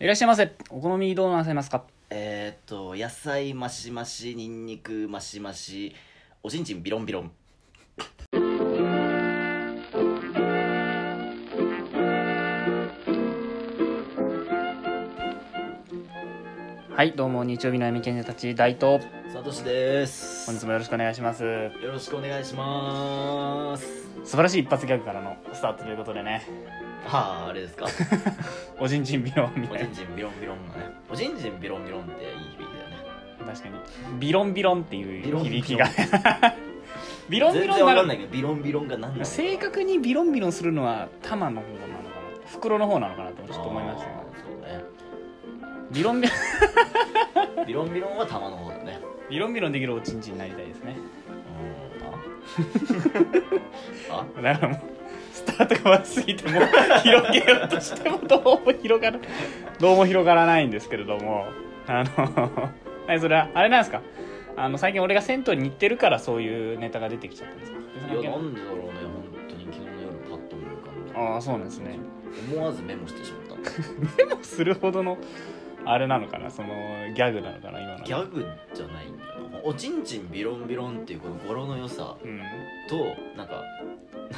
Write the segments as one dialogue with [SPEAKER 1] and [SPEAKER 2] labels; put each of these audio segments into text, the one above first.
[SPEAKER 1] いらっしゃいませ。お好みどうなさいますか
[SPEAKER 2] えー、っと野菜マシマシニンニクマシマシおちんちんビロンビロン
[SPEAKER 1] はい、どうも、日曜日の闇賢者たち、大東。
[SPEAKER 2] サトシです
[SPEAKER 1] 本日もよろしくお願いします。
[SPEAKER 2] よろしくお願いします
[SPEAKER 1] 素晴らしい一発ギャグからのスタートということでね、
[SPEAKER 2] はああれ ですか
[SPEAKER 1] おじんじんビロンみ
[SPEAKER 2] お
[SPEAKER 1] た
[SPEAKER 2] ち
[SPEAKER 1] い
[SPEAKER 2] んちんビロンビロンがねおちんちんビロンビロンっていい響きだよね
[SPEAKER 1] な。確かに。ビロンビロンってい
[SPEAKER 2] ビロ
[SPEAKER 1] う
[SPEAKER 2] ンビロン
[SPEAKER 1] 響 きが。ビロンビ
[SPEAKER 2] 全
[SPEAKER 1] ロ
[SPEAKER 2] 然
[SPEAKER 1] ンな
[SPEAKER 2] わか
[SPEAKER 1] ら
[SPEAKER 2] んないけどビロンビロンが何なの
[SPEAKER 1] 正確にビロンビロンするのは、玉の方なのかな。袋の方なのかなとちょっと思いましたけど
[SPEAKER 2] あ。ー
[SPEAKER 1] ビロンビロン、
[SPEAKER 2] そうねビロンビロンは玉の方だね
[SPEAKER 1] ビロンビロンできるおちんちんになりたいですね。
[SPEAKER 2] うー んああ
[SPEAKER 1] だからもうスタートが悪すぎてもう広げようとしてもどうも広がらどうも広がらないんですけれどもあの はいそれはあれなんですかあの最近俺が銭湯に行ってるからそういうネタが出てきちゃったんですか
[SPEAKER 2] いやなんでだろうね本当に昨日の夜パッと見る感じ
[SPEAKER 1] ああそうなんですね
[SPEAKER 2] 思わずメモしてしまった
[SPEAKER 1] でもするほどのあれなのかなそのギャグなのかな今の
[SPEAKER 2] ギャグじゃないんだよなおちんちんビロンビロンっていうこの語呂の良さ
[SPEAKER 1] うん
[SPEAKER 2] となんか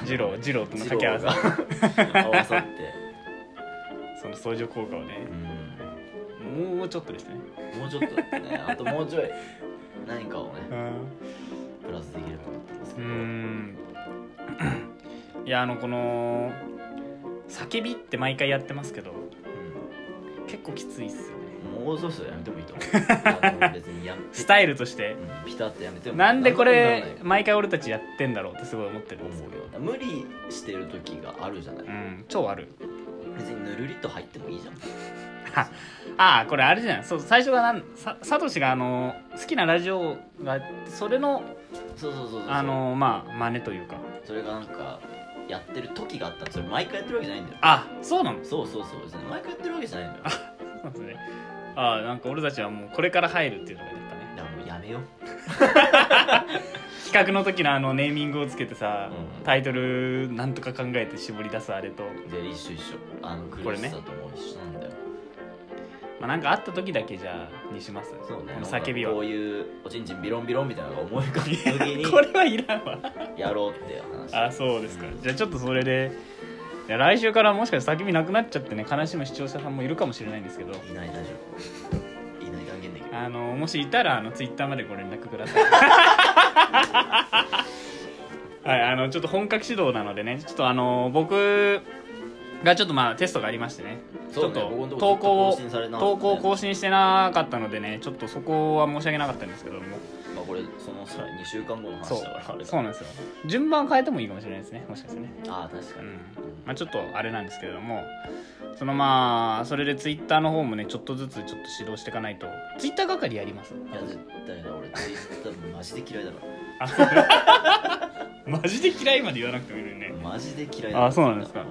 [SPEAKER 1] 二郎二郎との掛け合わせ
[SPEAKER 2] 二郎が 合わさって
[SPEAKER 1] その相乗効果をね
[SPEAKER 2] うん
[SPEAKER 1] もうちょっとですね
[SPEAKER 2] もうちょっとだったねあともうちょい何か
[SPEAKER 1] う
[SPEAKER 2] をね
[SPEAKER 1] ん
[SPEAKER 2] プラスできればよかったんです
[SPEAKER 1] う
[SPEAKER 2] け
[SPEAKER 1] ー
[SPEAKER 2] ど
[SPEAKER 1] ん いやあのこの叫びって毎回やってますけど結構きついっすよね
[SPEAKER 2] うんもうそろそろやめてもいいと思うあの別にやめて
[SPEAKER 1] スタイルと して
[SPEAKER 2] うんピタッとやめても
[SPEAKER 1] なんでこ
[SPEAKER 2] なん
[SPEAKER 1] れ
[SPEAKER 2] ともならない
[SPEAKER 1] 毎回俺たちやってんだろうってすごい思ってるんです
[SPEAKER 2] 思
[SPEAKER 1] け
[SPEAKER 2] う
[SPEAKER 1] ど、
[SPEAKER 2] よ無理してる時があるじゃないう
[SPEAKER 1] ん超ある
[SPEAKER 2] 別にぬるりと入ってもいいじゃん
[SPEAKER 1] はああこれあれじゃんそう最初がなんさサトシがあの好きなラジオがそれの
[SPEAKER 2] そうそうそうそうそう
[SPEAKER 1] あのまあ真似というか
[SPEAKER 2] それがなんかやってる時があったのそれ毎回やってるわけじゃないんだよ
[SPEAKER 1] あそうなの
[SPEAKER 2] そうそうそう別に毎回やってるわけじゃないんだよだか
[SPEAKER 1] そうなんですねああなんか俺たちはもうこれから入るっていうのがやっぱね
[SPEAKER 2] らもうやめよう
[SPEAKER 1] 企画の時のあのネーミングをつけてさ、
[SPEAKER 2] うん
[SPEAKER 1] タイトルなんとか考えて絞り出すあれと、
[SPEAKER 2] で一緒一緒あの苦
[SPEAKER 1] これね
[SPEAKER 2] しさとも一緒なんだよ、
[SPEAKER 1] まあ、なんかあった時だけじゃあにします
[SPEAKER 2] そうね
[SPEAKER 1] この叫び
[SPEAKER 2] こ
[SPEAKER 1] を
[SPEAKER 2] ういうおちんちんビロンビロンみたいなのが思い浮かぶ時
[SPEAKER 1] これ
[SPEAKER 2] に
[SPEAKER 1] はいらんわ
[SPEAKER 2] やろうって話
[SPEAKER 1] あそうですかじゃあちょっとそれでいや来週からもしかして叫びなくなっちゃってね悲しむ視聴者さんもいるかもしれないんですけど
[SPEAKER 2] いない大丈夫いない断言できる
[SPEAKER 1] あのもしいたらあのツイッターまでご連絡くだ さいはいあのちょっと本格指導なのでねちょっとあの僕がちょっとまあテストがありましてね
[SPEAKER 2] そうね
[SPEAKER 1] ちょっと
[SPEAKER 2] 僕のとこ
[SPEAKER 1] 投稿を
[SPEAKER 2] ずっと更新されなかったね
[SPEAKER 1] 投稿を更新してなかったのでねちょっとそこは申し訳なかったんですけども
[SPEAKER 2] まあこれそのさ2週間後の
[SPEAKER 1] そう
[SPEAKER 2] 話だからあれだ
[SPEAKER 1] そうなんですよ順番変えてもいいかもしれないですねもしかしてね
[SPEAKER 2] ああ確
[SPEAKER 1] う
[SPEAKER 2] かに、
[SPEAKER 1] んまあちょっとあれなんですけれどもそのまあそれでツイッターの方もねちょっとずつちょっと指導していかないとツイッター係やります
[SPEAKER 2] いや絶対な俺ツイッターマジで嫌いだか
[SPEAKER 1] あそうマジで嫌いまで言わなくてもいいのにね
[SPEAKER 2] らマジで嫌い
[SPEAKER 1] あそうなんですか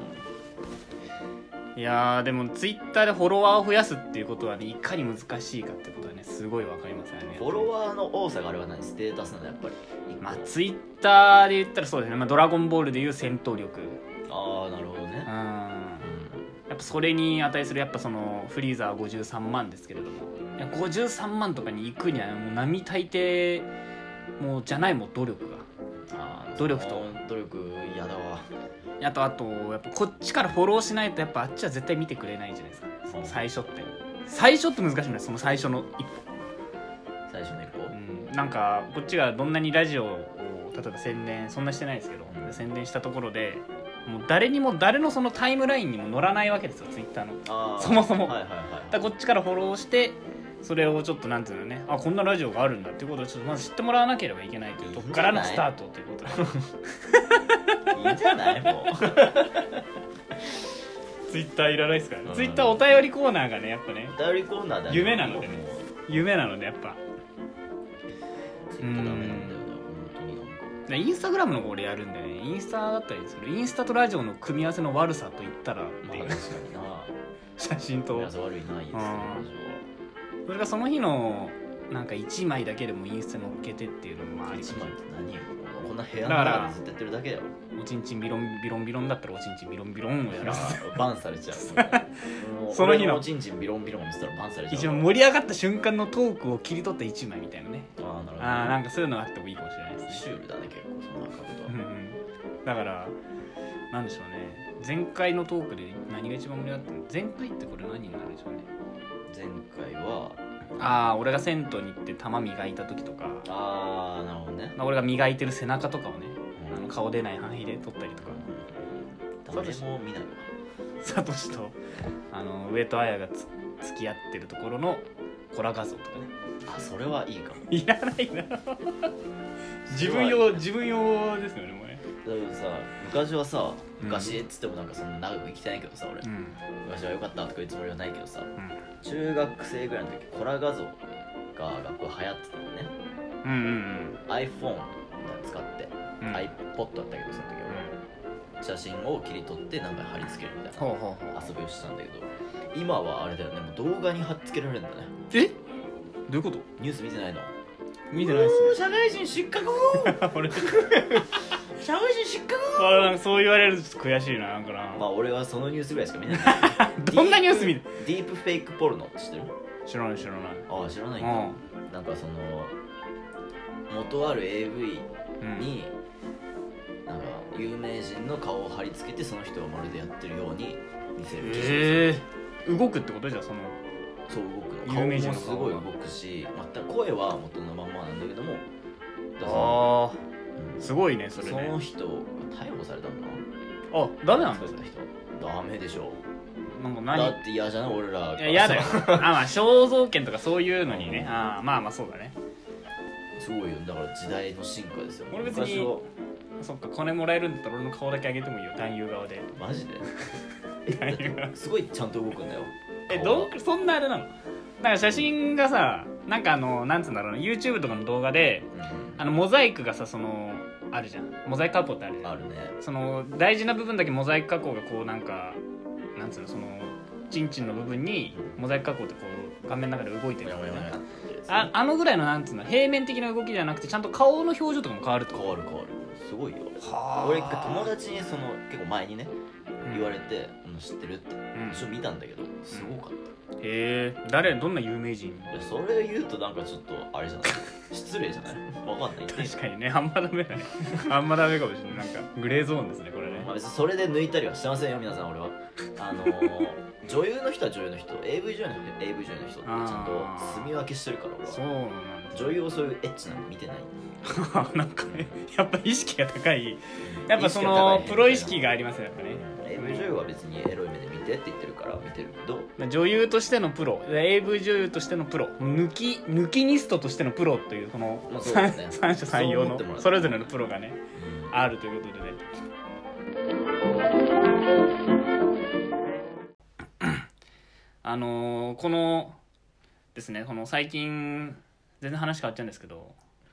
[SPEAKER 1] いやーでもツイッターでフォロワーを増やすっていうことはねいかに難しいかってことはねすごいわかりますよね
[SPEAKER 2] フォロワーの多さがあれは何ステータスなんだやっぱり
[SPEAKER 1] まあツイッターで言ったらそうですね、まあ、ドラゴンボールでいう戦闘力
[SPEAKER 2] ああなるほど
[SPEAKER 1] うん
[SPEAKER 2] ね、
[SPEAKER 1] やっぱそれに値するやっぱそのフリーザー53万ですけれどもいや53万とかに行くにはもう並大抵もうじゃないもう努力が
[SPEAKER 2] あー
[SPEAKER 1] 努力と
[SPEAKER 2] 努力嫌だわ
[SPEAKER 1] あとあとやっぱこっちからフォローしないとやっぱあっちは絶対見てくれないじゃないですかその最初って最初って難しいのよその最初の一歩、
[SPEAKER 2] 最初の一歩
[SPEAKER 1] うん、なんかこっちがどんなにラジオを例えば宣伝そんなしてないですけど宣伝したところでもう誰にも誰のそのタイムラインにも乗らないわけですよツイッターの
[SPEAKER 2] あー
[SPEAKER 1] そもそも
[SPEAKER 2] はいはいはい
[SPEAKER 1] だからこっちからフォローしてそれをちょっとなんていうのねあこんなラジオがあるんだっていうことをちょっとまず知ってもらわなければいけないというとこからのスタートということで
[SPEAKER 2] いいんじゃないもう
[SPEAKER 1] ツイッターいらないですからね
[SPEAKER 2] うん
[SPEAKER 1] ツイッターお便りコーナーがねやっぱね
[SPEAKER 2] お便りコーナ ーだよ
[SPEAKER 1] 夢なのでね夢なのでやっぱ
[SPEAKER 2] ツイッターダメなんだよな本当になんか
[SPEAKER 1] でインスタグラムの方俺やるんでねインスタだったらいいんですけどインスタとラジオの組み合わせの悪さと言ったらってい
[SPEAKER 2] まあ
[SPEAKER 1] う
[SPEAKER 2] 確かにな
[SPEAKER 1] 写真と
[SPEAKER 2] 皆さん悪いないですよ
[SPEAKER 1] うんそれがその日のなんか1枚だけでもインスタに載っけてっていうのもまああり
[SPEAKER 2] 一枚って何よこんな部屋
[SPEAKER 1] だ
[SPEAKER 2] の
[SPEAKER 1] から
[SPEAKER 2] 中でずっとやってるだけだよ
[SPEAKER 1] おおちんちんビロンビロンビロンだったらおちんちんビロンビロンをやらせて
[SPEAKER 2] あバンされちゃう もう
[SPEAKER 1] その日の
[SPEAKER 2] 俺おちんちんビロンビロン見せたらバンされちゃう
[SPEAKER 1] 一番盛り上がった瞬間のトークを切り取った一枚みたいなね
[SPEAKER 2] あーなるほど
[SPEAKER 1] あーなんかそういうのがあってもいいかもしれないです
[SPEAKER 2] シ
[SPEAKER 1] ね、
[SPEAKER 2] ュールだね結構その感覚とは
[SPEAKER 1] うんうん、だからなんでしょうね前回のトークで何が一番盛り上がったの前回ってこれ何になるんでしょうね
[SPEAKER 2] 前回は
[SPEAKER 1] ああ俺が銭湯に行って玉磨いた時とか、
[SPEAKER 2] あーなるほどね
[SPEAKER 1] まあ、俺が磨いてる背中とかをねあ
[SPEAKER 2] う
[SPEAKER 1] の
[SPEAKER 2] ん
[SPEAKER 1] 顔出ない範囲で撮ったりとか
[SPEAKER 2] 誰も見ないわ
[SPEAKER 1] サトシとあの上戸彩がつ付き合ってるところのコラ画像とかね
[SPEAKER 2] あそれはいいかも
[SPEAKER 1] いらないな自分
[SPEAKER 2] だ
[SPEAKER 1] 用自分用ですよねもうね、
[SPEAKER 2] けどさ昔はさ
[SPEAKER 1] うん
[SPEAKER 2] 昔っつってもなんかそんな長く生きてないけどさ俺
[SPEAKER 1] ん
[SPEAKER 2] 昔は良かったとか言うつもりはないけどさ中学生ぐらいの時コラ画像が学校流行ってたのね
[SPEAKER 1] うん、うん
[SPEAKER 2] iPhone 使って、
[SPEAKER 1] うんうん
[SPEAKER 2] iPod だったけどその時俺写真を切り取ってなんか貼り付けるみたい
[SPEAKER 1] ほう
[SPEAKER 2] な
[SPEAKER 1] ほうほう
[SPEAKER 2] 遊びをしてたんだけど今はあれだよねもう動画に貼っ付けられるんだね
[SPEAKER 1] えどういうこと
[SPEAKER 2] ニュース見てないの
[SPEAKER 1] 見てないっすね
[SPEAKER 2] 社会人失格
[SPEAKER 1] 俺
[SPEAKER 2] 社会人失格
[SPEAKER 1] あなんかそう言われるとちょっと悔しいななんかな、
[SPEAKER 2] まあ俺はそのニュースぐらいしか見てない
[SPEAKER 1] どんなニュース見る
[SPEAKER 2] ディープフェイクポルノって知ってる
[SPEAKER 1] 知らない知らない
[SPEAKER 2] ああ知らないんだ
[SPEAKER 1] う
[SPEAKER 2] なんかその元ある AV
[SPEAKER 1] んうん
[SPEAKER 2] になんか有名人の顔を貼り付けてその人がまるでやってるように見せる技術、
[SPEAKER 1] えー、動くってことじゃあその
[SPEAKER 2] そう動くの
[SPEAKER 1] 有
[SPEAKER 2] 顔
[SPEAKER 1] 名人
[SPEAKER 2] も
[SPEAKER 1] の
[SPEAKER 2] す
[SPEAKER 1] 顔
[SPEAKER 2] ごい
[SPEAKER 1] が
[SPEAKER 2] 動くしまた声は元のまんまなんだけどもだから
[SPEAKER 1] あ
[SPEAKER 2] うん
[SPEAKER 1] あすごいねそれ
[SPEAKER 2] そ
[SPEAKER 1] ね
[SPEAKER 2] の人が逮捕されたのかな
[SPEAKER 1] あダメなんだ
[SPEAKER 2] 逮捕された人ダメでしょ
[SPEAKER 1] なんか
[SPEAKER 2] だ
[SPEAKER 1] 何
[SPEAKER 2] って嫌じゃない俺ら
[SPEAKER 1] いや嫌だよあまあ肖像権とかそういうのに
[SPEAKER 2] う
[SPEAKER 1] ね
[SPEAKER 2] ん
[SPEAKER 1] あーまあまあそうだね
[SPEAKER 2] すごいよだから時代の進化ですよ
[SPEAKER 1] 俺別に
[SPEAKER 2] 昔は
[SPEAKER 1] そっか金もらえるんだったら俺の顔だけあげてもいいよ男優側で
[SPEAKER 2] マ ジで
[SPEAKER 1] 男優側
[SPEAKER 2] すごいちゃんと動くんだよ
[SPEAKER 1] えど
[SPEAKER 2] 顔
[SPEAKER 1] うそんなあれなのなんか写真がさなんかあのなんつうんだろうな YouTube とかの動画で
[SPEAKER 2] うん
[SPEAKER 1] あのモザイクがさそのあるじゃんモザイク加工ってあるじゃん
[SPEAKER 2] あるね
[SPEAKER 1] その大事な部分だけモザイク加工がこうなんかなんつうのそのチンチンの部分にモザイク加工ってこう画面の中で動いてる
[SPEAKER 2] や
[SPEAKER 1] み
[SPEAKER 2] ば
[SPEAKER 1] た
[SPEAKER 2] い
[SPEAKER 1] い
[SPEAKER 2] やばい
[SPEAKER 1] なああのぐらいのなんつうの平面的な動きじゃなくてちゃんと顔の表情とかも変わると
[SPEAKER 2] 変わる変わるすごいよ
[SPEAKER 1] は
[SPEAKER 2] 俺一回友達にその結構前にね
[SPEAKER 1] うん
[SPEAKER 2] 言われて「うん知ってる?」って
[SPEAKER 1] うん
[SPEAKER 2] 一緒見たんだけどすごかった
[SPEAKER 1] えー、誰どんな有名人
[SPEAKER 2] いやそれ言うとなんかちょっとあれじゃない失礼じゃないわかんない
[SPEAKER 1] 確かに ねあんまダメだねあんまダメかもしれないなんかグレーゾーンですねこれね
[SPEAKER 2] まあ別にそれで抜いたりはしてませんよ皆さん俺はあの ー女優の人は女優の人 AV 女優の人は AV 女優の人ってちゃんと住み分けしてるから俺
[SPEAKER 1] そう
[SPEAKER 2] は
[SPEAKER 1] なんです
[SPEAKER 2] 女優をそういうエッチなの見てない
[SPEAKER 1] なんかねやっぱ意識が高いやっぱそのプロ意識がありますよやっぱね
[SPEAKER 2] AV 女優は別にエロい目で見てって言ってるから見てるけど
[SPEAKER 1] 女優としてのプロ AV 女優としてのプロ抜き抜きニストとしてのプロというこの
[SPEAKER 2] まあそうだ
[SPEAKER 1] 三,、
[SPEAKER 2] ね
[SPEAKER 1] 三者三様
[SPEAKER 2] そう思ってもら
[SPEAKER 1] の
[SPEAKER 2] った
[SPEAKER 1] それぞれのプロがねあるということでね あのーこのですねこの最近全然話変わっちゃうんですけど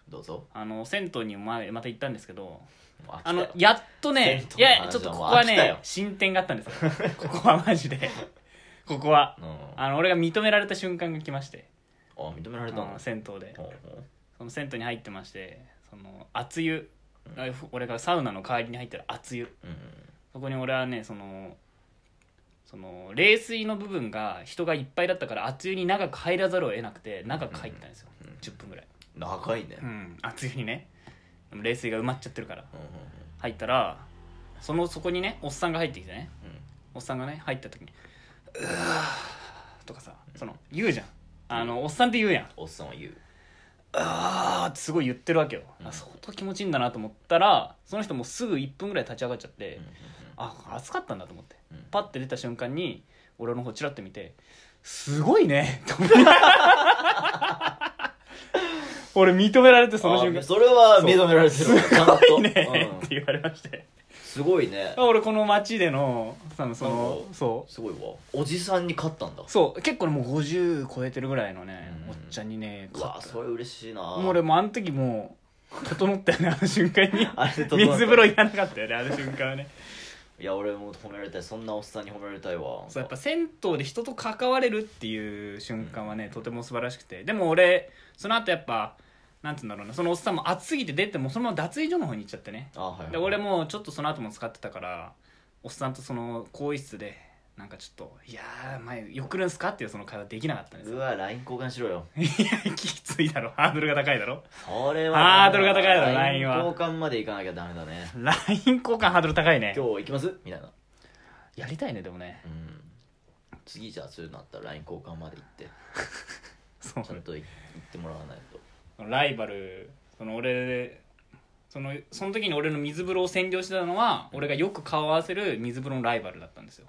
[SPEAKER 2] どうぞ
[SPEAKER 1] あの銭湯に前また行ったんですけど
[SPEAKER 2] もう飽きた
[SPEAKER 1] あの
[SPEAKER 2] よ
[SPEAKER 1] やっとねい
[SPEAKER 2] 銭湯の話は
[SPEAKER 1] やちょっとここは
[SPEAKER 2] もう飽きたよ
[SPEAKER 1] ね進展があったんですよここはマジでここは
[SPEAKER 2] うんあ
[SPEAKER 1] あの俺が認められた瞬間が来まして
[SPEAKER 2] 認められた
[SPEAKER 1] あ
[SPEAKER 2] の
[SPEAKER 1] の銭湯で
[SPEAKER 2] ほう
[SPEAKER 1] その銭湯に入ってましてその熱湯、あふ俺がサウナの代わりに入ったら熱湯
[SPEAKER 2] うん
[SPEAKER 1] そこに俺はねそのその冷水の部分が人がいっぱいだったから熱湯に長く入らざるを得なくて長く入ったんですよ、
[SPEAKER 2] うん
[SPEAKER 1] 10分ぐらい、
[SPEAKER 2] 長いね
[SPEAKER 1] うん、熱湯にねでも冷水が埋まっちゃってるから
[SPEAKER 2] うんうん
[SPEAKER 1] 入ったらそのそこにねおっさんが入ってきてね
[SPEAKER 2] うんうん
[SPEAKER 1] おっさんがね入った時に「うわー」とかさその言うじゃんあのおっさんって言うやん
[SPEAKER 2] おっさんは言う
[SPEAKER 1] あーってすごい言ってるわけよ、
[SPEAKER 2] うん
[SPEAKER 1] あ相当気持ちいいんだなと思ったらその人もうすぐ1分ぐらい立ち上がっちゃって、
[SPEAKER 2] うんうん
[SPEAKER 1] あ暑かったんだと思って、
[SPEAKER 2] うん
[SPEAKER 1] パッて出た瞬間に俺の方チラッて見て「すごいね」と思って 俺認められてその瞬
[SPEAKER 2] あ
[SPEAKER 1] 間「す
[SPEAKER 2] それは認められてるす
[SPEAKER 1] ごいね」って言われまして
[SPEAKER 2] すごいね
[SPEAKER 1] あ俺この街でのそのその
[SPEAKER 2] なんか
[SPEAKER 1] そ
[SPEAKER 2] すごいわおじさんに勝ったんだ
[SPEAKER 1] うそう結構ねもう50超えてるぐらいのね、
[SPEAKER 2] うん
[SPEAKER 1] おっちゃんにね
[SPEAKER 2] うわそれ嬉しいな
[SPEAKER 1] もう俺もうあの時もう整ったよねあの瞬間に
[SPEAKER 2] あれで整った
[SPEAKER 1] 水風呂いらなかったよねあの瞬間はね
[SPEAKER 2] いや俺も褒められたいそんなおっさんに褒められたいわ
[SPEAKER 1] そうやっぱ銭湯で人と関われるっていう瞬間はねとても素晴らしくてでも俺その後やっぱなんつうんだろうなそのおっさんも暑すぎて出てもうそのまま脱衣所の方に行っちゃってね
[SPEAKER 2] あはい、はい、
[SPEAKER 1] で俺もちょっとその後も使ってたからおっさんとその更衣室でなんかちょっと「いやー前よくるんすか?」っていうその会話できなかったんです
[SPEAKER 2] う
[SPEAKER 1] よ
[SPEAKER 2] わ LINE 交換しろよ
[SPEAKER 1] いやきついだろハードルが高いだろ
[SPEAKER 2] それ
[SPEAKER 1] ハ
[SPEAKER 2] は
[SPEAKER 1] ードルが高いだろ LINE は
[SPEAKER 2] 交換までいかなきゃダメだね
[SPEAKER 1] LINE 交換ハードル高いね
[SPEAKER 2] 今日行きますみたいな
[SPEAKER 1] やりたいねでもね
[SPEAKER 2] うん次じゃあそういうのあったら LINE 交換まで行って
[SPEAKER 1] そう
[SPEAKER 2] ちゃんとい行ってもらわないと
[SPEAKER 1] ライバルその俺そのその時に俺の水風呂を占領してたのは俺がよく顔を合わせる水風呂のライバルだったんですよ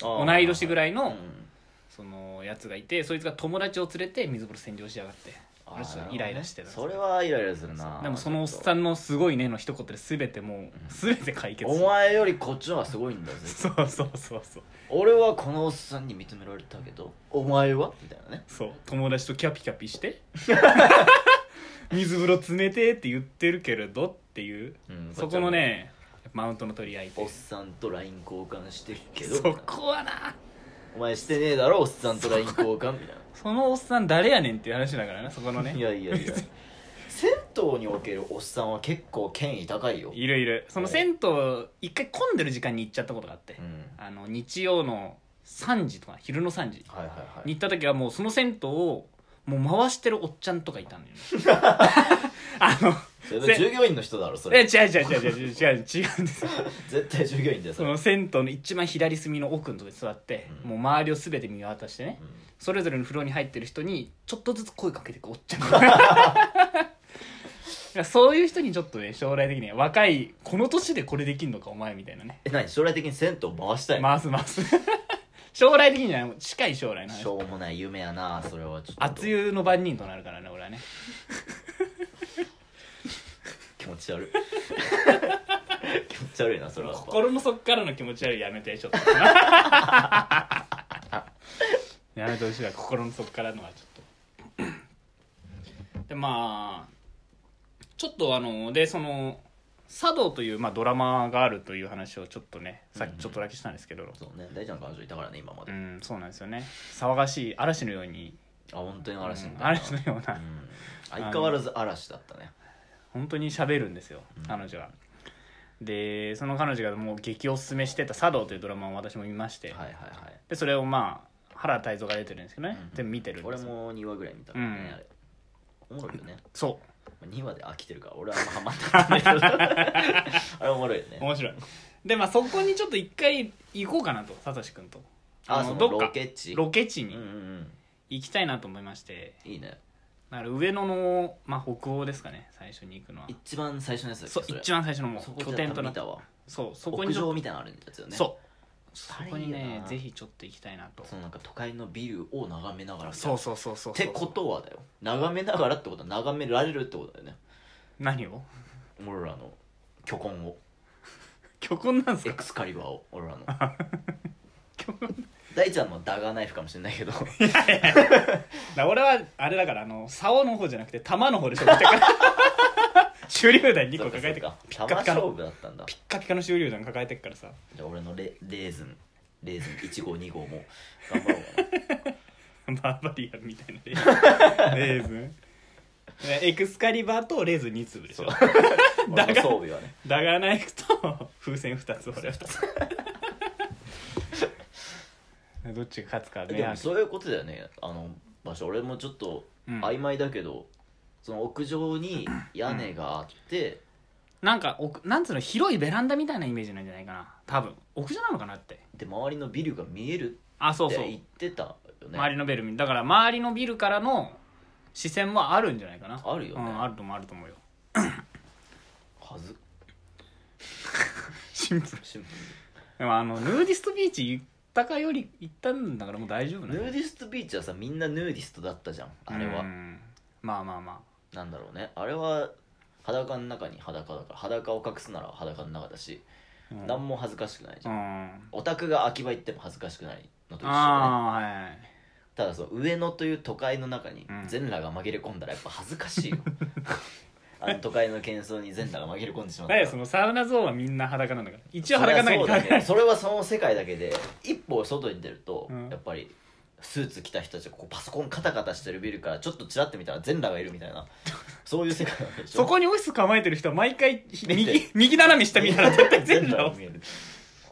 [SPEAKER 1] 同い年ぐ
[SPEAKER 2] い
[SPEAKER 1] らいの、
[SPEAKER 2] うん
[SPEAKER 1] そのやつがいてそいつが友達を連れて水風呂占領しやがって
[SPEAKER 2] あ
[SPEAKER 1] 俺
[SPEAKER 2] ー
[SPEAKER 1] ちょっ
[SPEAKER 2] なるほ
[SPEAKER 1] と
[SPEAKER 2] ど
[SPEAKER 1] イライラしてた
[SPEAKER 2] ねそれはイライラするな
[SPEAKER 1] でもそのおっさ
[SPEAKER 2] ん
[SPEAKER 1] んの「すごいね」の一言で全てもう全て解決
[SPEAKER 2] お前よりこっちの方がすごいんだぜ
[SPEAKER 1] そうそうそうそう
[SPEAKER 2] 俺はこのおっさんに認められたけどお前はみたいなね
[SPEAKER 1] そう友達とキャピキャピして 水風呂冷てえって言ってるけれどっていう、
[SPEAKER 2] うん
[SPEAKER 1] そこのねマウントの取り合いとい
[SPEAKER 2] お
[SPEAKER 1] う
[SPEAKER 2] っさんと LINE 交換してるけど
[SPEAKER 1] そこはな
[SPEAKER 2] お前してねえだろおっさんと LINE 交換みたいな
[SPEAKER 1] そのおっさん誰やねんっていう話だからなそこのね
[SPEAKER 2] いやいやいや 銭湯におけるおっさんは結構権威高いよ、
[SPEAKER 1] いるいるその銭湯一回混んでる時間に行っちゃったことがあって、
[SPEAKER 2] うん、
[SPEAKER 1] あの日曜の3時とか昼の3時
[SPEAKER 2] はいはいはい
[SPEAKER 1] に行った時はもうその銭湯をもう回してるおっちゃんとかいた のよ、ね、あの
[SPEAKER 2] それ従業員の人だろそ
[SPEAKER 1] え
[SPEAKER 2] れ
[SPEAKER 1] 違う違う違う違う違う違う違うんですよ
[SPEAKER 2] 絶対従業員だよそ
[SPEAKER 1] そ
[SPEAKER 2] れ、うん
[SPEAKER 1] の銭湯の一番左隅の奥のとこに座って、
[SPEAKER 2] うん
[SPEAKER 1] もう周りを全て見渡してねそれぞれの風呂に入ってる人にちょっとずつ声かけてくおっちゃんがだ からそういう人にちょっとね将来的には若いこの年でこれできんのかお前みたいなね
[SPEAKER 2] え何将来的に銭湯回したいの、
[SPEAKER 1] 回す 回す将来的にじゃないもう近い将来の話
[SPEAKER 2] しょうもない夢やなそれはちょっと
[SPEAKER 1] 熱湯の番人となるからね俺はね
[SPEAKER 2] 気持 ち悪い気持ち悪いなそれはやっぱ
[SPEAKER 1] 心の底からの気持ち悪いやめてちょっ とやめてほしいわ心の底からのはちょっとでまあちょっとあのでその茶道という、まあ、ドラマがあるという話をちょっとねさっきちょっとだけしたんですけど、
[SPEAKER 2] そうね大ちゃんの彼女いたからね今ま
[SPEAKER 1] う
[SPEAKER 2] で、
[SPEAKER 1] ん、そうなんですよね騒がしい嵐のように
[SPEAKER 2] あ本当に嵐み
[SPEAKER 1] う
[SPEAKER 2] たい
[SPEAKER 1] ん
[SPEAKER 2] な
[SPEAKER 1] 嵐のような
[SPEAKER 2] うん相変わらず嵐だったね
[SPEAKER 1] 本当に喋るんですよ
[SPEAKER 2] うん
[SPEAKER 1] 彼女は、でその彼女がもう激おすすめしてた「茶道」というドラマを私も見まして、
[SPEAKER 2] はいはいはい
[SPEAKER 1] でそれをまあ原泰造が出てるんですけどね、
[SPEAKER 2] うん
[SPEAKER 1] 全部見てるんで
[SPEAKER 2] 俺
[SPEAKER 1] すよ
[SPEAKER 2] も2話ぐらい見たからね、
[SPEAKER 1] うん
[SPEAKER 2] あれおもろいよね
[SPEAKER 1] そ
[SPEAKER 2] 2話で飽きてるから俺はあんまハマってないけど あれおもろいよ
[SPEAKER 1] う
[SPEAKER 2] ね
[SPEAKER 1] 面白いでまあそこにちょっと一回行こうかなとさとし君と
[SPEAKER 2] あ
[SPEAKER 1] の
[SPEAKER 2] その
[SPEAKER 1] どっか
[SPEAKER 2] ロケ地
[SPEAKER 1] ロケ地
[SPEAKER 2] うん
[SPEAKER 1] に
[SPEAKER 2] うんうん
[SPEAKER 1] 行きたいなと思いまして
[SPEAKER 2] いいね
[SPEAKER 1] だから上野の、まあ、北欧ですかね最初に行くのは
[SPEAKER 2] 一番最初のやつだっけ
[SPEAKER 1] そう
[SPEAKER 2] れ
[SPEAKER 1] 一番最初のも
[SPEAKER 2] そうこ
[SPEAKER 1] 拠
[SPEAKER 2] 拠点
[SPEAKER 1] 点と
[SPEAKER 2] と
[SPEAKER 1] な
[SPEAKER 2] 見
[SPEAKER 1] って
[SPEAKER 2] たわ
[SPEAKER 1] そうそこ
[SPEAKER 2] 屋
[SPEAKER 1] にちょ
[SPEAKER 2] 上
[SPEAKER 1] っと
[SPEAKER 2] みたいなのあるんだよね
[SPEAKER 1] そうそ
[SPEAKER 2] あれ
[SPEAKER 1] こに
[SPEAKER 2] いいよ
[SPEAKER 1] ね
[SPEAKER 2] な
[SPEAKER 1] ぜひちょっと行きたいなと
[SPEAKER 2] そのなんか都会のビルを眺めながらみたい
[SPEAKER 1] そ
[SPEAKER 2] な
[SPEAKER 1] うそうそうそう
[SPEAKER 2] ってことはだよ眺めながらってことは眺められるってことだよね
[SPEAKER 1] 何を
[SPEAKER 2] 俺らの巨根を
[SPEAKER 1] 虚婚なんす
[SPEAKER 2] エ
[SPEAKER 1] か
[SPEAKER 2] クスカリバーを俺 らの
[SPEAKER 1] 巨根
[SPEAKER 2] 大ちゃんのダガーナイフかもしれないけど
[SPEAKER 1] だ俺はあれだからあの竿の方じゃなくて玉の方で勝負したから 手榴弾2個抱えて
[SPEAKER 2] そうか
[SPEAKER 1] ピ
[SPEAKER 2] そう
[SPEAKER 1] ッ
[SPEAKER 2] か
[SPEAKER 1] カ
[SPEAKER 2] 玉
[SPEAKER 1] ピカ
[SPEAKER 2] 勝
[SPEAKER 1] の
[SPEAKER 2] 負だったんだ
[SPEAKER 1] ピッカピカの手榴弾抱えてっからさ
[SPEAKER 2] じゃあ俺のレレーズンレーズン1号2号も頑張ろうか な
[SPEAKER 1] バーバリアンみたいなレーズンレーズンエクスカリバーとレーズン2粒でしょ
[SPEAKER 2] 俺の装備はね
[SPEAKER 1] ダガーナイフと風船2つ俺はどっちが勝つか
[SPEAKER 2] で
[SPEAKER 1] 明
[SPEAKER 2] もそういうことだよねあの場所俺もちょっと
[SPEAKER 1] うん
[SPEAKER 2] 曖昧だけど、その屋 上に屋根があって、
[SPEAKER 1] なんか奥なんつうの広いベランダみたいなイメージなんじゃないかな多分屋上なのかなって
[SPEAKER 2] で周りのビルが見える
[SPEAKER 1] あそ
[SPEAKER 2] っ
[SPEAKER 1] う
[SPEAKER 2] て
[SPEAKER 1] そう
[SPEAKER 2] 言ってたよね
[SPEAKER 1] 周りのビル見だから周りのビルからの視線もあるんじゃないかな
[SPEAKER 2] あるよね
[SPEAKER 1] うん、あると思うあると思うよ
[SPEAKER 2] はず
[SPEAKER 1] シンプル
[SPEAKER 2] シンプ
[SPEAKER 1] でもあのヌーディストビーチ行ったかより行ったんだからもう大丈夫
[SPEAKER 2] ル
[SPEAKER 1] な
[SPEAKER 2] ヌ
[SPEAKER 1] の
[SPEAKER 2] ーディストビーチはさみんなヌーディストだったじゃんあれは、
[SPEAKER 1] うんまあまあま
[SPEAKER 2] なんだろうねあれは裸の中に裸だから裸を隠すなら裸の中だし、
[SPEAKER 1] あうん
[SPEAKER 2] 何も恥ずかしくないじ
[SPEAKER 1] う
[SPEAKER 2] ゃん、
[SPEAKER 1] ん
[SPEAKER 2] オタクが秋葉行っても恥ずかしくないのと一緒だね
[SPEAKER 1] ああーはいはい
[SPEAKER 2] ただその上野という都会の中に
[SPEAKER 1] うん
[SPEAKER 2] 全裸が紛れ込んだらやっぱ恥ず かしいよあの都会の喧騒に全裸が紛れ込んでしまった
[SPEAKER 1] だ
[SPEAKER 2] ら
[SPEAKER 1] よそのサウナゾーンはみんな裸なんだから一応
[SPEAKER 2] それ
[SPEAKER 1] 裸
[SPEAKER 2] は
[SPEAKER 1] の中に
[SPEAKER 2] そうだ
[SPEAKER 1] 隠れ
[SPEAKER 2] けどそれはその世界だけで一歩外に出ると
[SPEAKER 1] うん
[SPEAKER 2] やっぱりスーツ着た人たちがこうパソコンカタカタしてるビルからちょっとちらって見たら全裸がいるみたいなそういう世界なんでしょ
[SPEAKER 1] そこにオフィス構えてる人は毎回
[SPEAKER 2] 見
[SPEAKER 1] 右
[SPEAKER 2] て
[SPEAKER 1] 右斜め下見たら絶対全
[SPEAKER 2] 全
[SPEAKER 1] 裸
[SPEAKER 2] 裸
[SPEAKER 1] を
[SPEAKER 2] が見える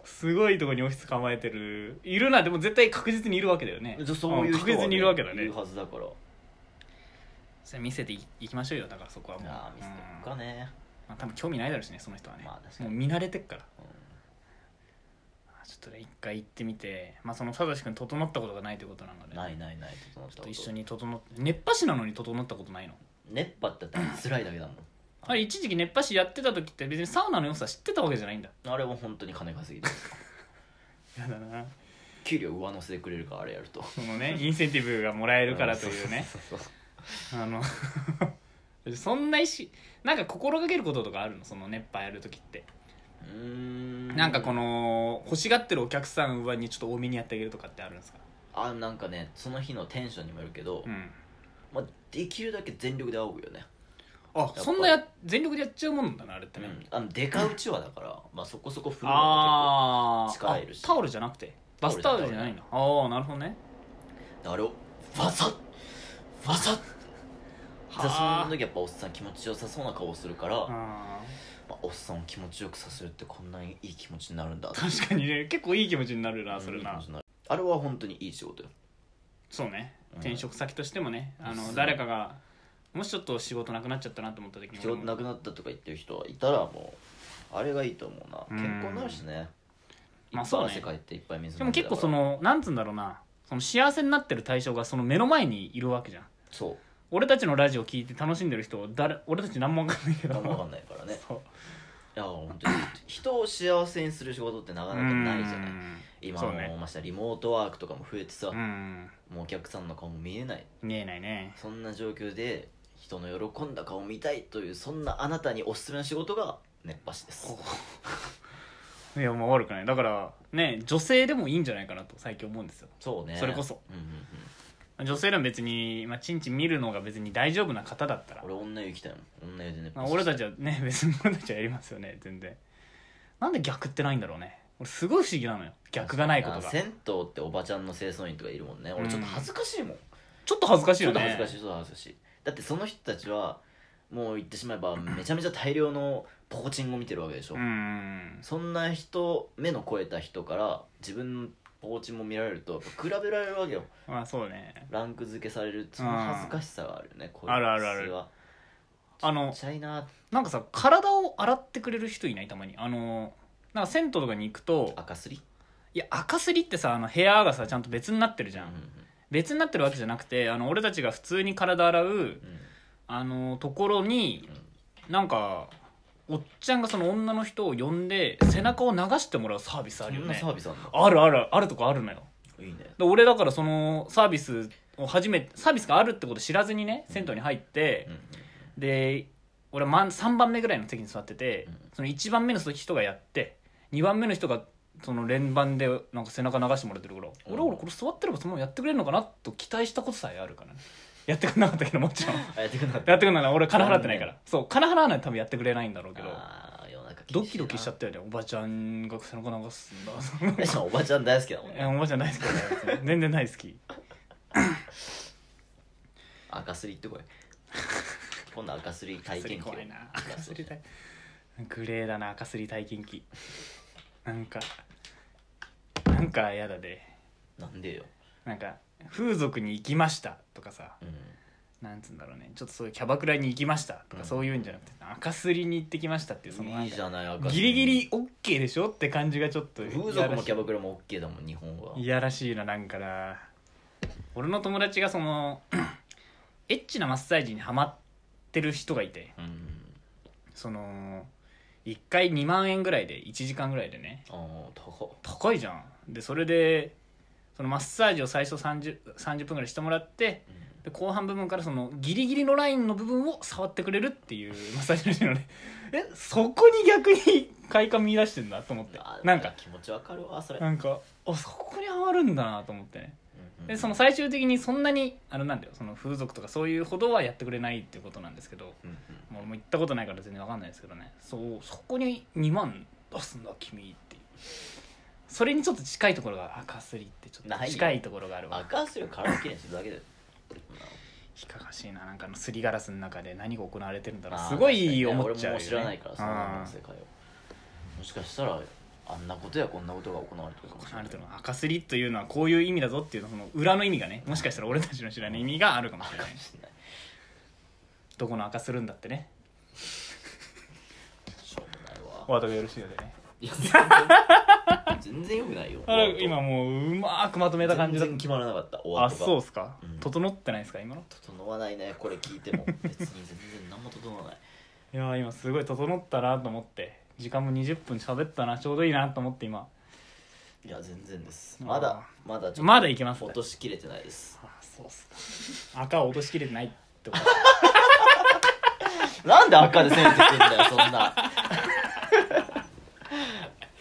[SPEAKER 1] すごいとこにオフィス構えてるいるなでも絶対確実にいるわけだよね
[SPEAKER 2] じゃあ そういう人は
[SPEAKER 1] 確実にいるわけだ
[SPEAKER 2] い
[SPEAKER 1] ね
[SPEAKER 2] るはずだから
[SPEAKER 1] それ見せていいきましょうよだからそこはもう
[SPEAKER 2] ああ見せて
[SPEAKER 1] うん
[SPEAKER 2] るかね
[SPEAKER 1] まあ、多分興味ないだろうしねその人はね、
[SPEAKER 2] まあ確かに
[SPEAKER 1] もう見慣れてっから
[SPEAKER 2] うん
[SPEAKER 1] あちょっとね一回行ってみてまあそのサトシ君整ったことがないということなので
[SPEAKER 2] ないないない
[SPEAKER 1] ちょ
[SPEAKER 2] 整ったこ
[SPEAKER 1] っと
[SPEAKER 2] と
[SPEAKER 1] 一緒に整って熱波師なのに整ったことないの
[SPEAKER 2] 熱波ってだって辛いだけだもん
[SPEAKER 1] あれ一時期熱波師やってた時って別にサウナの良さ知ってたわけじゃないんだ
[SPEAKER 2] あれも本当に金稼ぎで
[SPEAKER 1] やだな
[SPEAKER 2] 給料上乗せてくれるからあれやると
[SPEAKER 1] その ねインセンティブがもらえ
[SPEAKER 2] や
[SPEAKER 1] るからというね
[SPEAKER 2] そうそう
[SPEAKER 1] あのそんな意識なんか心がけることとかあるのその熱波やる時って
[SPEAKER 2] うーん
[SPEAKER 1] なんかこの欲しがってるお客さんはにちょっと多めにやってあげるとかってあるんですか
[SPEAKER 2] あなんかねその日のテンションにもよるけど、
[SPEAKER 1] うん
[SPEAKER 2] まあ、できるだけ全力で仰ぐよね、
[SPEAKER 1] あ
[SPEAKER 2] ぱり
[SPEAKER 1] そんなや全力でやっちゃうもんなんだなあれってね、
[SPEAKER 2] あのでかうちわだから、まあ、そこそこ振るのが
[SPEAKER 1] あー
[SPEAKER 2] 結構力いるし
[SPEAKER 1] あタオルじゃなくてバスタオルじゃないのああなるほどね
[SPEAKER 2] 結構あれをわさっわさっ
[SPEAKER 1] は
[SPEAKER 2] じゃ
[SPEAKER 1] あ
[SPEAKER 2] あその時やっぱおっさん気持ちよさそうな顔をするから、ま
[SPEAKER 1] あ
[SPEAKER 2] あ、おっさんを気持ちよくさせるってこんなにいい気持ちになるん だ
[SPEAKER 1] ー確かにね結構いい気持ちになるなそれ
[SPEAKER 2] いい気
[SPEAKER 1] な
[SPEAKER 2] 持ちにるあれは本当にいい仕事よ
[SPEAKER 1] そうね
[SPEAKER 2] うん
[SPEAKER 1] 転職先としてもねあ
[SPEAKER 2] そ
[SPEAKER 1] の
[SPEAKER 2] う
[SPEAKER 1] 誰かがもしちょっと仕事なくなっちゃったなと思った時に
[SPEAKER 2] 仕事なくなったとか言ってる人はいたらもうあれがいいと思うな
[SPEAKER 1] うん
[SPEAKER 2] 健康になるしね
[SPEAKER 1] まあそうね
[SPEAKER 2] いっぱい世界っていっぱい水
[SPEAKER 1] で
[SPEAKER 2] 飲ん
[SPEAKER 1] も
[SPEAKER 2] だ
[SPEAKER 1] 結
[SPEAKER 2] から
[SPEAKER 1] 構そのなんつうんだろうなその幸せになってる対象がその目の前にいるわけじゃん
[SPEAKER 2] そう
[SPEAKER 1] 俺たちのラジオ聞いて楽しんでる人誰俺たち何も分かんないけど
[SPEAKER 2] 何も分かんないからね
[SPEAKER 1] そう
[SPEAKER 2] いや本当に人を幸せにする仕事ってなかなかないじゃな
[SPEAKER 1] う
[SPEAKER 2] い
[SPEAKER 1] ん
[SPEAKER 2] 今
[SPEAKER 1] そ
[SPEAKER 2] も
[SPEAKER 1] うね
[SPEAKER 2] うましてリモートワークとかも増えてさ、
[SPEAKER 1] うん
[SPEAKER 2] もうお客さんの顔も見えない
[SPEAKER 1] 見えないね
[SPEAKER 2] そんな状況で人の喜んだ顔を見たいというそんなあなたにおすすめの仕事が熱波師です
[SPEAKER 1] いやまあ悪くないだからね女性でもいいんじゃないかなと最近思うんですよ
[SPEAKER 2] そうね
[SPEAKER 1] それこそ、
[SPEAKER 2] うんうんうん、
[SPEAKER 1] 女性でも別に、まあ、チンチン見るのが別に大丈夫な方だったら、
[SPEAKER 2] 俺女湯行きたいもん女湯で熱
[SPEAKER 1] ま
[SPEAKER 2] 波
[SPEAKER 1] あ、
[SPEAKER 2] 師
[SPEAKER 1] 俺たちはね 別に俺たちはやりますよね全然なんで逆ってないんだろうね俺すごい不思議なのよ逆がないことが
[SPEAKER 2] 銭湯っておばちゃんの清掃員とかいるもんね俺ちょっと恥ずかしいもん、
[SPEAKER 1] ちょっと恥ずかしい
[SPEAKER 2] ちょ
[SPEAKER 1] よ
[SPEAKER 2] っと
[SPEAKER 1] ね
[SPEAKER 2] 恥ずかしいそう恥ずかしいだってその人たちはもう言ってしまえばめちゃめちゃ大量のポコチンを見てるわけでしょ、
[SPEAKER 1] うん
[SPEAKER 2] そんな人目の超えた人から自分のポコチンも見られるとやっぱ比べられるわけよ
[SPEAKER 1] まあそうね
[SPEAKER 2] ランク付けされるその恥ずかしさがあるよね、こいつは
[SPEAKER 1] あるあるあるあ
[SPEAKER 2] ち
[SPEAKER 1] の
[SPEAKER 2] っちゃいな
[SPEAKER 1] なんかさ体を洗ってくれる人いないたまにあのなんか銭湯とかに行くと
[SPEAKER 2] 赤すり
[SPEAKER 1] いや赤すりってさあの部屋がさちゃんと別になってるじゃん、
[SPEAKER 2] うんうん
[SPEAKER 1] 別になってるわけじゃなくてあの俺たちが普通に体洗う
[SPEAKER 2] うん
[SPEAKER 1] あのところに
[SPEAKER 2] うん
[SPEAKER 1] なんかおっちゃんがその女の人を呼んで背中を流してもらうサービスあ
[SPEAKER 2] そ
[SPEAKER 1] るよ
[SPEAKER 2] んな
[SPEAKER 1] ね
[SPEAKER 2] サービスあんの
[SPEAKER 1] あるあるあるとこあるのよ
[SPEAKER 2] いいね
[SPEAKER 1] で俺だからそのサービスを初めてサービスがあるってこと知らずにね銭湯に入って
[SPEAKER 2] うん、うん
[SPEAKER 1] で俺は3番目ぐらいの席に座ってて、
[SPEAKER 2] うん
[SPEAKER 1] その1番目の人がやって2番目の人がその連番でなんか背中流してもらってるから、
[SPEAKER 2] うん
[SPEAKER 1] 俺俺これ座ってればそのままやってくれるのかなと期待したことさえあるからねやってくれなかったけども ちろん
[SPEAKER 2] あやってくんなかった
[SPEAKER 1] やってくれない俺金払ってないからそう金払わないと多分やってくれないんだろうけど
[SPEAKER 2] あー世の中
[SPEAKER 1] ド
[SPEAKER 2] 厳しい
[SPEAKER 1] キ
[SPEAKER 2] な
[SPEAKER 1] ドキしちゃったよねおばちゃんが背中流す んだ
[SPEAKER 2] えしかもおばちゃん大好きだもん
[SPEAKER 1] いや
[SPEAKER 2] ね
[SPEAKER 1] おばちゃん大好きだよ全然大好き
[SPEAKER 2] 赤すりってこい今度赤すり体
[SPEAKER 1] 赤すり
[SPEAKER 2] 験記
[SPEAKER 1] 怖いな
[SPEAKER 2] 赤
[SPEAKER 1] 赤
[SPEAKER 2] す
[SPEAKER 1] すり
[SPEAKER 2] り
[SPEAKER 1] 体グレーだな赤すり体験記なんかなんかやだで
[SPEAKER 2] なんでよ、
[SPEAKER 1] なんか風俗に行きましたとかさ
[SPEAKER 2] うん、
[SPEAKER 1] なんつうんだろうねちょっとそういうキャバクラに行きましたとか
[SPEAKER 2] うん
[SPEAKER 1] そういうんじゃなくて、赤すりに行ってきましたっていうそのなん
[SPEAKER 2] いいじ
[SPEAKER 1] か
[SPEAKER 2] ゃない赤すり
[SPEAKER 1] ギリギリ OK でしょって感じがちょっと
[SPEAKER 2] 風俗もキャバ
[SPEAKER 1] ク
[SPEAKER 2] クラも OK だもん日本はい
[SPEAKER 1] やらしいななんかな俺の友達がその エッチなマッサージにハマってる人がいて
[SPEAKER 2] うん
[SPEAKER 1] その1回2万円ぐらいで1時間ぐらいでね
[SPEAKER 2] ああ高
[SPEAKER 1] 高いじゃんでそれでそのマッサージを最初 30, 30分ぐらいしてもらって
[SPEAKER 2] っ、
[SPEAKER 1] で後半部分からそのギリギリのラインの部分を触ってくれるっていうマッサージらしいのね えそこに逆に快感見出してんだと思って
[SPEAKER 2] あー
[SPEAKER 1] なんか
[SPEAKER 2] 気持ちわかるわそれ、
[SPEAKER 1] なんかあそこにハマるんだなと思ってね
[SPEAKER 2] うん
[SPEAKER 1] でその、最終的にそんなにあのなんだよその風俗とかそういうほどはやってくれないっていうことなんですけど
[SPEAKER 2] うんうん
[SPEAKER 1] もうもう行ったことないから全然わかんないですけどねそうそこに2万出すんだ君っていうそれにちょっと近いところが赤すりってちょっ
[SPEAKER 2] な
[SPEAKER 1] と
[SPEAKER 2] いよ
[SPEAKER 1] 近いところがあるわ
[SPEAKER 2] 赤すりをカラオケにするだけで
[SPEAKER 1] いかがしいななんかあのすりガラスの中で何が行われてるんだろ
[SPEAKER 2] まあ
[SPEAKER 1] うすごい思っちゃうよ、ね、
[SPEAKER 2] 俺も知らないからさ
[SPEAKER 1] うん
[SPEAKER 2] 世界をもしかしたらあんなことやこんなことが行われてるかもしれ
[SPEAKER 1] あ
[SPEAKER 2] な
[SPEAKER 1] る
[SPEAKER 2] い
[SPEAKER 1] との赤すりというのはこういう意味だぞっていうのその裏の意味がねもしかしたら俺たちの知らない意味があるかも
[SPEAKER 2] あ
[SPEAKER 1] しれ
[SPEAKER 2] るか
[SPEAKER 1] な
[SPEAKER 2] も
[SPEAKER 1] い
[SPEAKER 2] しれない
[SPEAKER 1] どこの赤するんだってね
[SPEAKER 2] しょうもないわ
[SPEAKER 1] お後がよろしいようでね
[SPEAKER 2] いや全然全然よくないよ
[SPEAKER 1] あら今もううまくまとめた感じだ
[SPEAKER 2] 全然決まらなかった終わ
[SPEAKER 1] あ
[SPEAKER 2] った
[SPEAKER 1] そうっすか、
[SPEAKER 2] うん
[SPEAKER 1] 整ってないですか今の
[SPEAKER 2] 整わないねこれ聞いても別に全然何も整わない
[SPEAKER 1] いやー今すごい整ったなと思って時間も20分喋ったなちょうどいいなと思って今
[SPEAKER 2] いや全然です
[SPEAKER 1] あー
[SPEAKER 2] まだまだちょっと
[SPEAKER 1] まだいけますね
[SPEAKER 2] 落としきれてないです
[SPEAKER 1] あそうっすか赤を落としきれてないってこと
[SPEAKER 2] なんで赤で攻めてくんだよそん な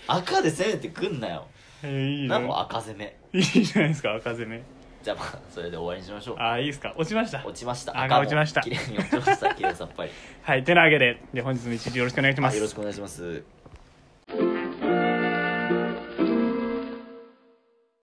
[SPEAKER 2] 赤で攻めてくんなよ
[SPEAKER 1] えいい
[SPEAKER 2] なん
[SPEAKER 1] ね
[SPEAKER 2] か赤攻め
[SPEAKER 1] いいじゃないですか赤攻め
[SPEAKER 2] じゃあまあそれで終わりにしましょう
[SPEAKER 1] あーいいですか落ちました
[SPEAKER 2] 落ちました
[SPEAKER 1] 赤落ちました
[SPEAKER 2] も綺麗に落ちました綺麗さっぱり
[SPEAKER 1] はいてなわけでで本日も一日よろしくお願いしま
[SPEAKER 2] あ
[SPEAKER 1] す
[SPEAKER 2] よろしくお願いします